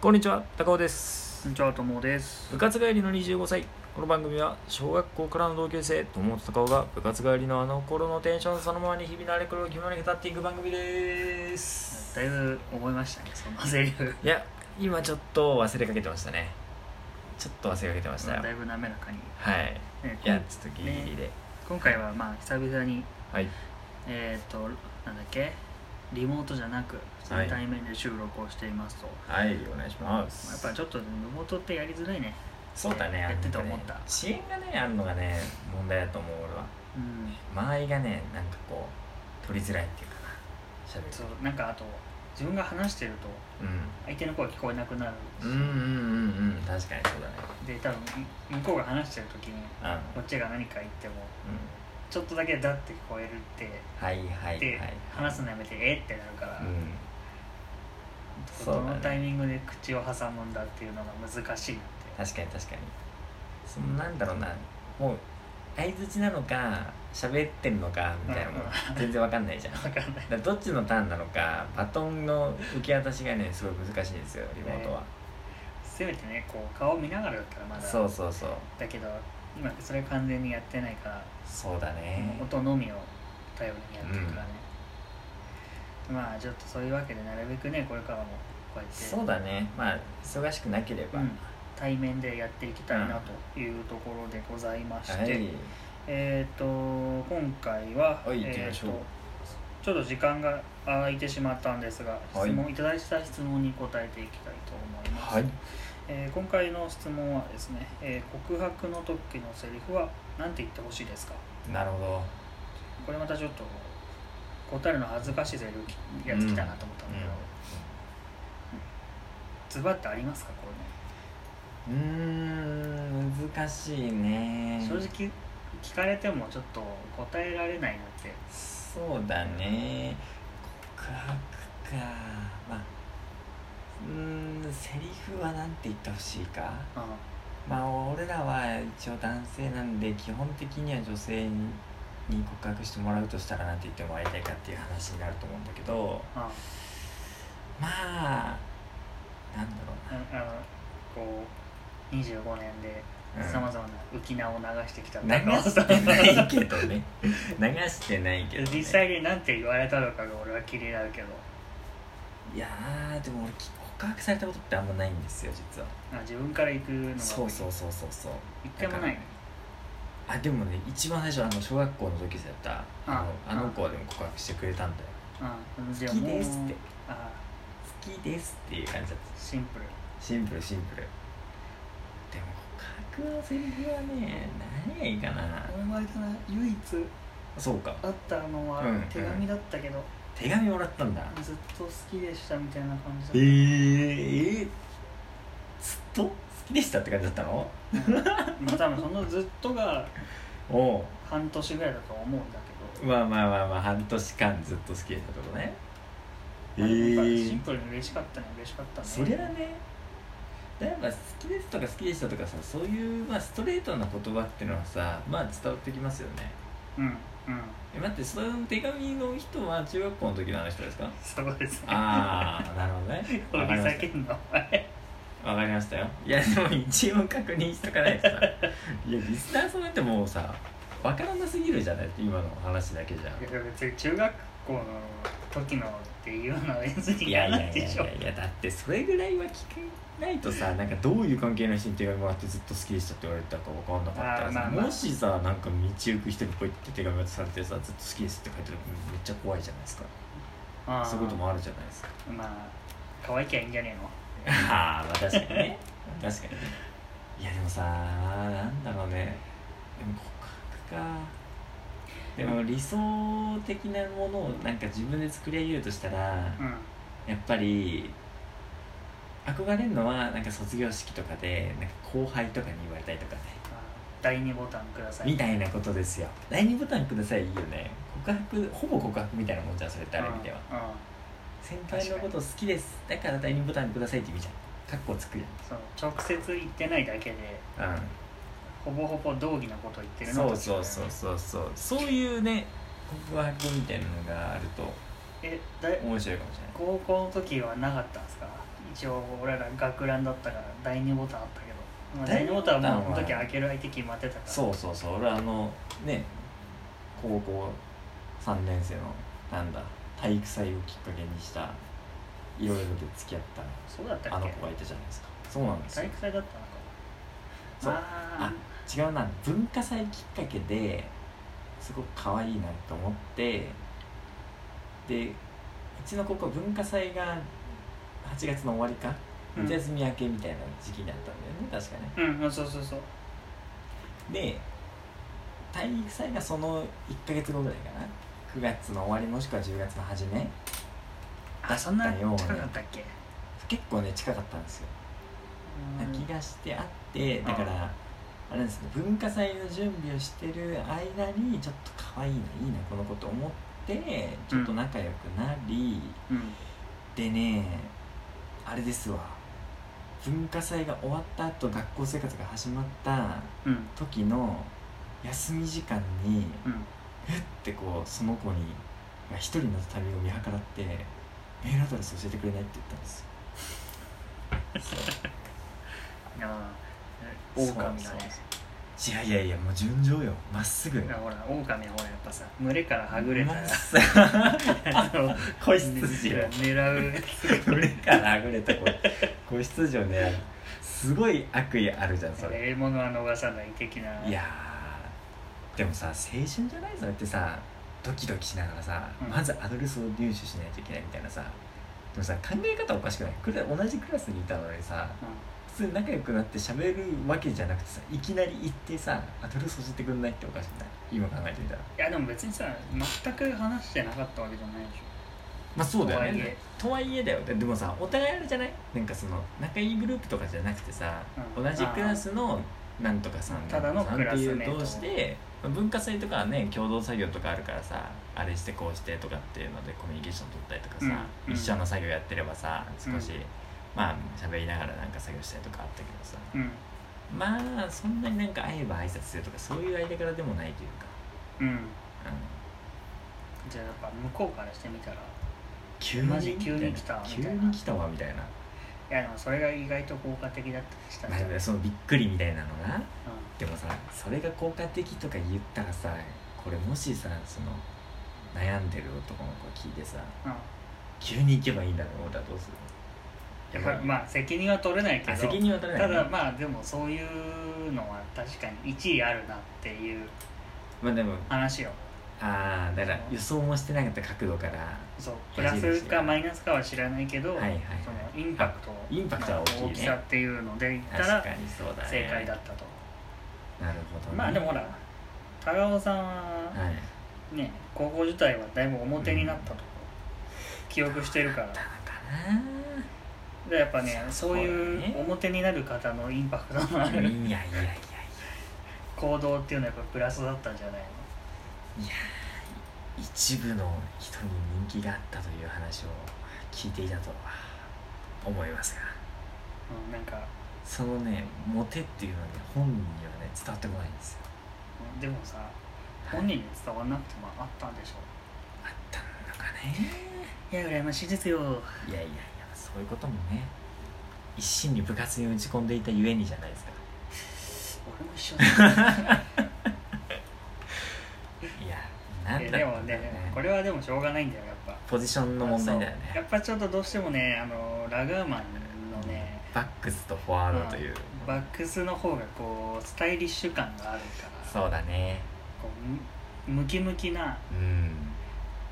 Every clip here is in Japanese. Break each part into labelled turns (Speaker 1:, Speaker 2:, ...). Speaker 1: こんにちは高尾です
Speaker 2: こんにちは、ともです。
Speaker 1: 部活帰りの25歳この番組は小学校からの同級生友と高尾が部活帰りのあの頃のテンションそのままに日々のあれこれを決めに語っていく番組です
Speaker 2: だいぶ覚えましたね、そのセリフ。
Speaker 1: いや今ちょっと忘れかけてましたねちょっと忘れかけてましたよ
Speaker 2: だいぶ滑らかに。
Speaker 1: はい
Speaker 2: ね
Speaker 1: いやちょっとギリギリ
Speaker 2: ね
Speaker 1: で、
Speaker 2: 今回はまあ久々に、
Speaker 1: はい
Speaker 2: えっ、と、なんだっけ、リモートじゃなく、普通に対面で収録をしていますと。
Speaker 1: はいお願いしま
Speaker 2: まあやっ
Speaker 1: す
Speaker 2: ぱりちょっとリモートってやりづらいね。
Speaker 1: そうだね
Speaker 2: やってて
Speaker 1: あのね
Speaker 2: 思った
Speaker 1: 支援がねあるのがね問題だと思う俺は
Speaker 2: うん。
Speaker 1: 周りがねなんかこう取りづらいっていうかなしゃべる
Speaker 2: そう、なんかあと、自分が話してると、
Speaker 1: うん
Speaker 2: 相手の声聞こえなくなる。
Speaker 1: うんうんうんうん確かにそうだね
Speaker 2: で、多分向こうが話してる時に、
Speaker 1: うん、うん、
Speaker 2: こっちが何か言っても、ちょっとだけだって聞こえるって、
Speaker 1: はいはいはい
Speaker 2: で、話すのやめて、えってなるから。
Speaker 1: うんそ
Speaker 2: ど
Speaker 1: う
Speaker 2: の
Speaker 1: だ
Speaker 2: タイ
Speaker 1: ね
Speaker 2: ミングで口を挟むんだっていうのが難しいなって
Speaker 1: 確かに確かにそのなんだろうなもう相づちなのか喋ってるのかみた いなのも
Speaker 2: うん
Speaker 1: 全然わかんないじゃんだか
Speaker 2: 分かんない
Speaker 1: らどっちのターンなのかバトンの受け渡しがねすごい難しいんですよリモートは、
Speaker 2: せめてねこう顔見ながらだったらまだ
Speaker 1: そうそうそう
Speaker 2: だけど今それ完全にやってないから、
Speaker 1: そうだね
Speaker 2: 音のみを頼りにやってるからね、まあちょっとそういうわけでなるべくねこれからもこうやって
Speaker 1: そうだねまあ忙しくなければ、
Speaker 2: うん対面でやっていきたいなというところでございまして、
Speaker 1: はい
Speaker 2: えっ、と今回は、
Speaker 1: はい行き
Speaker 2: え
Speaker 1: ま
Speaker 2: ー
Speaker 1: しょう
Speaker 2: とちょっと時間が空いてしまったんですが、
Speaker 1: はい
Speaker 2: 質問いただいた質問に答えていきたいと思います、
Speaker 1: はい
Speaker 2: えー今回の質問はですね、えー告白の時のセリフは何て言ってほしいですか
Speaker 1: なるほど
Speaker 2: これまたちょっと答えるの恥ずかしいセリフきやつきたなと思ったんだけど、ズバッてありますかこ
Speaker 1: うーん難しい
Speaker 2: れ
Speaker 1: ね
Speaker 2: ね、正直聞かれてもちょっと答えられないなって
Speaker 1: そうだね告白かまあうーんセリフはなんて言ってほしいか
Speaker 2: う
Speaker 1: まあ俺らは一応男性なんで基本的には女性にに告白してもらうとしたらなんて言ってもらいたいかっていう話になると思うんだけど
Speaker 2: んうん
Speaker 1: まあなんだろ
Speaker 2: ああのこう25年で
Speaker 1: うな、うん
Speaker 2: さまざまな浮き名を流してきた
Speaker 1: 流
Speaker 2: 高尾さ
Speaker 1: し
Speaker 2: ん
Speaker 1: てないけどね流してないけど、ね、
Speaker 2: 実際に何て言われたのかが俺は気になるけど
Speaker 1: いやーでも俺告白されたことってあんまないんですよ実は
Speaker 2: あ自分から行くのが
Speaker 1: そうそうそうそうそう
Speaker 2: 一回もないね
Speaker 1: あでもね一番最初あの小学校の同級生だったあの
Speaker 2: あ
Speaker 1: あの子はでも告白してくれたんだよ
Speaker 2: うんじ
Speaker 1: 好
Speaker 2: ゃあ
Speaker 1: き
Speaker 2: もう
Speaker 1: ですって
Speaker 2: あ
Speaker 1: 好きですっていう感じだった
Speaker 2: シンプル
Speaker 1: シンプルシンプルでも告白のセリフはね何がいいかな
Speaker 2: お前から唯一
Speaker 1: そうか
Speaker 2: あったのは
Speaker 1: うん
Speaker 2: 手紙だったけど、
Speaker 1: 手紙もらったんだ
Speaker 2: ずっと好きでしたみたいな感
Speaker 1: えー、え
Speaker 2: じ
Speaker 1: ーずっと好きでしたって感じだったの
Speaker 2: だった、まあ、多分そのずっとが
Speaker 1: おう
Speaker 2: 半年ぐらいだと思うんだけど、
Speaker 1: まあまあまあまあ半年間ずっと好きでしたとこね
Speaker 2: やっぱシンプルに嬉しかったね嬉しかったね
Speaker 1: そりゃねやっぱ好きですとか好きでしたとかさそういう、まあ、ストレートな言葉っていうのはさまあ伝わってきますよね
Speaker 2: うんうん
Speaker 1: え待ってその手紙の人は中学校の時のあの人ですか
Speaker 2: そうですね
Speaker 1: ああなるほどね
Speaker 2: お
Speaker 1: わか
Speaker 2: ふ
Speaker 1: りま
Speaker 2: ざ
Speaker 1: し
Speaker 2: けんなお前
Speaker 1: たわかりましたよいやでも一応確認しとかないとさいやリスナーさんだってもうさわからなすぎるじゃない今の話だけじゃん
Speaker 2: いや別に中学校の時のっていうのは別に
Speaker 1: い
Speaker 2: い
Speaker 1: や
Speaker 2: ら
Speaker 1: いや
Speaker 2: ない
Speaker 1: いや
Speaker 2: で
Speaker 1: い
Speaker 2: しょ
Speaker 1: やいやだってそれぐらいは聞けないとさなんかどういう関係の人に手紙もらってずっと好きでしたって言われたか分かんなかったらさ、
Speaker 2: あーまあまあ
Speaker 1: もしさなんか道行く人にポイって手紙渡されてさずっと好きですって書いてたらめっちゃ怖いじゃないですか
Speaker 2: あー
Speaker 1: そういうこともあるじゃないですか
Speaker 2: まあ可愛きゃいいんじゃね
Speaker 1: ああまあ確かにね確かにねいやでもさなんだろうねでも告白かでも理想的なものをなんか自分で作り上げるとしたら、
Speaker 2: えのうん
Speaker 1: やっぱり憧れるのはなんか卒業式とかでなんか後輩とかに言われたりとかね
Speaker 2: あー第二ボタンください
Speaker 1: みたいなことですよ第2ボタンくださいいいよね告白ほぼ告白みたいなもんじゃんそれってある意味では
Speaker 2: うんうん
Speaker 1: 先輩のこと好きですだから第2ボタンくださいって意味じゃんカッコつくや
Speaker 2: そう直接言ってないだけで
Speaker 1: ん、
Speaker 2: ほぼほぼ道義なこと言ってるの
Speaker 1: そう
Speaker 2: と
Speaker 1: そうそうそうそうそういうね告白みたいなのがあると
Speaker 2: えだい
Speaker 1: 面白いかもしれない
Speaker 2: 高校の時はなかったんですか一応俺ら学ランだったから第2ボタンあったけど、まあ、
Speaker 1: 第
Speaker 2: 第
Speaker 1: 二
Speaker 2: 2
Speaker 1: ボ
Speaker 2: ボ
Speaker 1: タ
Speaker 2: タ
Speaker 1: ンは
Speaker 2: ンはもうこの時開ける相手決まってたから
Speaker 1: そうそうそう俺あのね高校3年生のなんだ体育祭をきっかけにしたいろいろで付き合っ
Speaker 2: そうだった
Speaker 1: たあ
Speaker 2: っ
Speaker 1: の
Speaker 2: け
Speaker 1: 子がいたじゃないですかそうなんですよ
Speaker 2: 体育祭だったのか
Speaker 1: そう
Speaker 2: ま
Speaker 1: 違
Speaker 2: あ
Speaker 1: うな文化祭きっかけですごく可愛いなと思ってでうちの高校は文化祭が8月の終わりか
Speaker 2: うん
Speaker 1: 夏休み明けみたいな時期だったんだよね確かね
Speaker 2: うんうんそうそうそう
Speaker 1: で体育祭がその1か月後ぐらいかな9月の終わりもしくは10月の初め
Speaker 2: あそんな
Speaker 1: だよね
Speaker 2: 高かったっけ
Speaker 1: 結構ね近かったんですよな気がしてあってだから
Speaker 2: あ
Speaker 1: あれなんですね文化祭の準備をしてる間にちょっと可愛いないいなこの子と思ってちょっと仲良くなり、
Speaker 2: うん
Speaker 1: でねあれですわ文化祭が終わった後学校生活が始まった
Speaker 2: うん
Speaker 1: 時の休み時間に
Speaker 2: うん
Speaker 1: ってこうその子にが一人のタイミングを見計らってメールアドレス教えてくれないって言ったんですよ
Speaker 2: ああ
Speaker 1: そう
Speaker 2: 狼がね
Speaker 1: そうい やいやいやもう順調よまっすぐ
Speaker 2: いやほら狼はほらやっぱさ群れからはぐれたら あの
Speaker 1: 子 羊を
Speaker 2: 狙う
Speaker 1: 群れからはぐれた子子羊をねすごい悪意あるじゃんそれ
Speaker 2: 獲物は逃さない的ない
Speaker 1: やーでもさ青春じゃないそれってさドキドキしながらさ、
Speaker 2: うん
Speaker 1: まずアドレスを入手しないといけないみたいなさでもさ考え方おかしくないクラ同じクラスにいたのにさ
Speaker 2: う
Speaker 1: 普通に仲良くなって喋るわけじゃなくてさいきなり行ってさアドレス教えてくれないっておかしくない今考えてみたら
Speaker 2: んいやでも別にさ全く話してなかったわけじゃないでしょ
Speaker 1: まあそうだよね
Speaker 2: とはい
Speaker 1: とは
Speaker 2: え
Speaker 1: いえだよででもさお互いあれじゃないなんかその仲いいグループとかじゃなくてさ、
Speaker 2: うん
Speaker 1: 同じクラスのなんとかさん
Speaker 2: ただの
Speaker 1: なんとかさんって
Speaker 2: クラスメ
Speaker 1: い
Speaker 2: ー
Speaker 1: う
Speaker 2: ト
Speaker 1: 同士でまあ文化祭とかはね共同作業とかあるからさあれしてこうしてとかっていうのでコミュニケーション取ったりとかさ、
Speaker 2: うんうん
Speaker 1: 一緒の作業やってればさ少し、
Speaker 2: う
Speaker 1: まあ喋りながらなんか作業したりとかあったけどさ
Speaker 2: うん
Speaker 1: まあそんなになんか会えば挨拶するとかそういう間柄でもないというか、
Speaker 2: うん
Speaker 1: うん、
Speaker 2: じゃあやっぱ向こうからしてみたら
Speaker 1: 急
Speaker 2: マジ急に来た
Speaker 1: み
Speaker 2: み
Speaker 1: た
Speaker 2: た
Speaker 1: い
Speaker 2: い
Speaker 1: な
Speaker 2: な
Speaker 1: 急に来たわみたいな
Speaker 2: いやでもそれが意外と効果的だったりしたん
Speaker 1: まあ
Speaker 2: じ
Speaker 1: で
Speaker 2: ゃない
Speaker 1: もそのびっくりみたいなのなでもさそれが効果的とか言ったらさこれもしさその悩んでる男の子聞いてさ急に行けばいいんだと思ったらどうす
Speaker 2: う
Speaker 1: る
Speaker 2: ん、うん、まあ責任は取れないけ
Speaker 1: あ
Speaker 2: ど
Speaker 1: 責任は取れな
Speaker 2: た
Speaker 1: いね、
Speaker 2: だまあでもそういうのは確かに1位あるなっていう
Speaker 1: まあでも
Speaker 2: 話を
Speaker 1: ああだから予想もしてなかった角度からは
Speaker 2: そうプラスかマイナスかは知らないけど、
Speaker 1: いはいはい
Speaker 2: そのインパクト
Speaker 1: インパクトは大きいね
Speaker 2: の大きさっていうので言った
Speaker 1: 確
Speaker 2: ら
Speaker 1: かにそうだね
Speaker 2: 正解だったと、
Speaker 1: なるほど、ね、
Speaker 2: まあでもほら高尾さんは
Speaker 1: はい
Speaker 2: ね高校時代はだいぶ表になったと、記憶してるから
Speaker 1: だからな
Speaker 2: でやっぱね
Speaker 1: そ
Speaker 2: そうう
Speaker 1: だね
Speaker 2: いう表になる方のインパクトのあ
Speaker 1: いやいや
Speaker 2: る
Speaker 1: いやいや
Speaker 2: 行動っていうのはやっぱプラスだったんじゃないの
Speaker 1: 一部の人に人気があったという話を聞いていたとは思いますが
Speaker 2: うん、なんか
Speaker 1: そのねモテっていうのはね本人にはね伝わってこないんですよ
Speaker 2: うんでもさ
Speaker 1: はい
Speaker 2: 本人に伝わらなくてもあったんでしょ
Speaker 1: あったのかね
Speaker 2: いや羨ましいですよ
Speaker 1: いやいやいやそういうこともね一心に部活に打ち込んでいたゆえにじゃないですか
Speaker 2: 俺も一緒だ
Speaker 1: いやなん
Speaker 2: いや
Speaker 1: だ
Speaker 2: で
Speaker 1: ろ
Speaker 2: も
Speaker 1: う
Speaker 2: ねこれはでもしょうがないんだよやっぱ
Speaker 1: ポジションの問題だよ
Speaker 2: そうや
Speaker 1: ね
Speaker 2: っぱちょっとどうしてもねあのラガーマンのね
Speaker 1: バックスとフォワードという、
Speaker 2: バックスの方がこうスタイリッシュ感があるから
Speaker 1: そうだね
Speaker 2: こうむムキムキな
Speaker 1: うん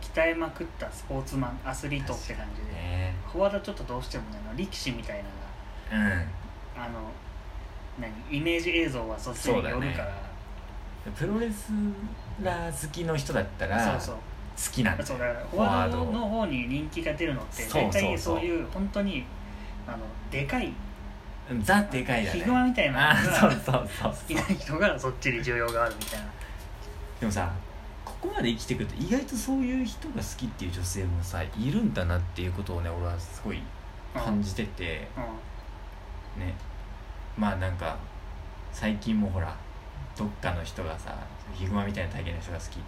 Speaker 2: 鍛えまくったスポーツマンアスリートって感じで
Speaker 1: ね
Speaker 2: フォワードちょっとどうしてもねあの力士みたいな
Speaker 1: うん
Speaker 2: あの何イメージ映像はそっちに寄るから
Speaker 1: プロレスラー好きの人だった
Speaker 2: そう,、
Speaker 1: ら
Speaker 2: そう
Speaker 1: 好きなんだ
Speaker 2: そう
Speaker 1: よ
Speaker 2: だからフォワードの方に人気が出るのって
Speaker 1: そうそう
Speaker 2: 大
Speaker 1: そう
Speaker 2: 体そういう本当にあのでかい
Speaker 1: うんザでかいだね
Speaker 2: ヒグマみたいな
Speaker 1: あ
Speaker 2: の
Speaker 1: ーそう
Speaker 2: が
Speaker 1: そうそう
Speaker 2: 好
Speaker 1: そ
Speaker 2: き
Speaker 1: う
Speaker 2: な人がそっちに需要があるみたいな
Speaker 1: でもさここまで生きてくると意外とそういう人が好きっていう女性もさいるんだなっていうことをね俺はすごい感じてて
Speaker 2: うんうん
Speaker 1: ねまあなんか最近もほらどっかの人がさヒグマみたいな体型の人が好きっつって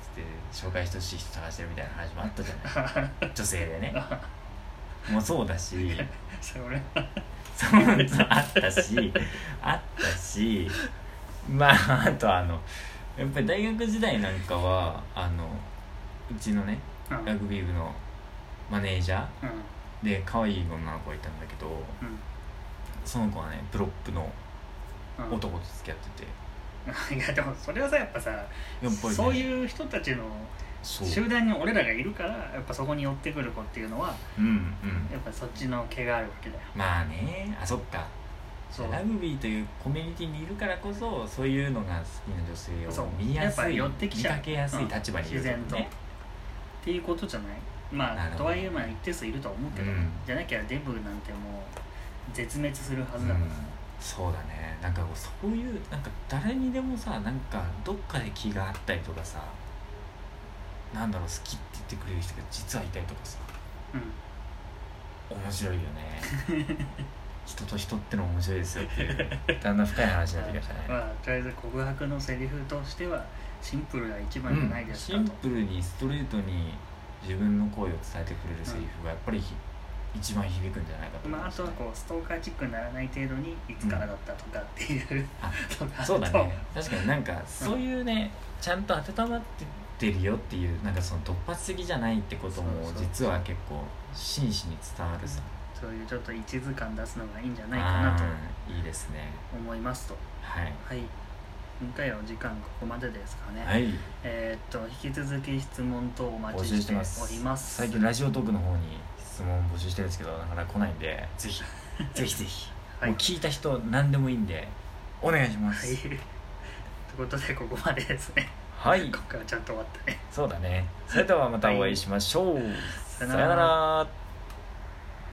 Speaker 1: 紹介してほしい人探してるみたいな話もあったじゃない女性でねもそうだし
Speaker 2: それ俺
Speaker 1: そうあったしあったしまああとあのやっぱり大学時代なんかはあのうちのね
Speaker 2: うん
Speaker 1: ラグビー部のマネージャ
Speaker 2: うん
Speaker 1: ーで可愛い女の子がいたんだけどその子はねプロップの
Speaker 2: うんうん
Speaker 1: 男と付き合ってて
Speaker 2: いやでもそれはさやっぱさ
Speaker 1: やっぱり、ね、
Speaker 2: そう
Speaker 1: う
Speaker 2: いう人たちの
Speaker 1: そう
Speaker 2: 集団に俺らがいるからやっぱそこに寄ってくる子っていうのは
Speaker 1: うんうん
Speaker 2: やっぱそっちの毛があるわけだよ
Speaker 1: まあねあそっか
Speaker 2: そう
Speaker 1: ラグビーというコミュニティにいるからこそそういうのが好きな女性
Speaker 2: そう
Speaker 1: を見やすい
Speaker 2: やっぱ寄ってきちゃう
Speaker 1: 見かけやすい立場にいる
Speaker 2: 自
Speaker 1: よね
Speaker 2: 然とっていうことじゃない
Speaker 1: な
Speaker 2: ま
Speaker 1: る
Speaker 2: あ
Speaker 1: ほど
Speaker 2: とはいえまあ一定数いるとは思うけど、
Speaker 1: うん
Speaker 2: じゃなきゃデブなんてもう絶滅するはずだ
Speaker 1: うんそうだねなんかそういうなんか誰にでもさなんかどっかで気があったりとかさなんだろう好きって言ってくれる人が実はいたりとかさ
Speaker 2: う
Speaker 1: 面白いよね 人と人っての面白いですよっていうだんだん深い話になってきましたね
Speaker 2: ん、まあとりあえず告白のセリフとしてはシンプルが一番じゃない
Speaker 1: うん、
Speaker 2: です
Speaker 1: シ
Speaker 2: か
Speaker 1: ン
Speaker 2: と、
Speaker 1: プルにストレートに自分の声を伝えてくれるセリフがやっぱりひ一番響くんじゃないかと思い
Speaker 2: まあ、あ
Speaker 1: ま
Speaker 2: と
Speaker 1: す、
Speaker 2: はこうストーカーチックにならない程度にいつからだったとかっていう、
Speaker 1: あ
Speaker 2: と か
Speaker 1: そうだね確かになんかそういうね、ちゃんと温まってってるよっていうなんかその突発的じゃないってことも
Speaker 2: そうそう
Speaker 1: 実は結構真摯に伝わるさ
Speaker 2: そういうちょっと一途感出すのがいいんじゃないかなと
Speaker 1: あーいいですね
Speaker 2: 思いますと
Speaker 1: はい
Speaker 2: はい今回はお時間ここまでですかね、
Speaker 1: はい
Speaker 2: えーっと引き続き質問等お待
Speaker 1: 募
Speaker 2: ち
Speaker 1: 集
Speaker 2: し
Speaker 1: してて
Speaker 2: お
Speaker 1: ます
Speaker 2: ります
Speaker 1: 最近ラジオトークの方に質問募集してるんですけどなかなか来ないんでぜ ひぜひぜひ、
Speaker 2: はい
Speaker 1: もう聞いた人何でもいいんでお願いしま
Speaker 2: は
Speaker 1: す、
Speaker 2: い ということでここまでですね
Speaker 1: はい
Speaker 2: 今回はちゃんと終わったね
Speaker 1: そうだねそれではまたお会いしましょう、さ
Speaker 2: さよ
Speaker 1: よ
Speaker 2: なら
Speaker 1: なら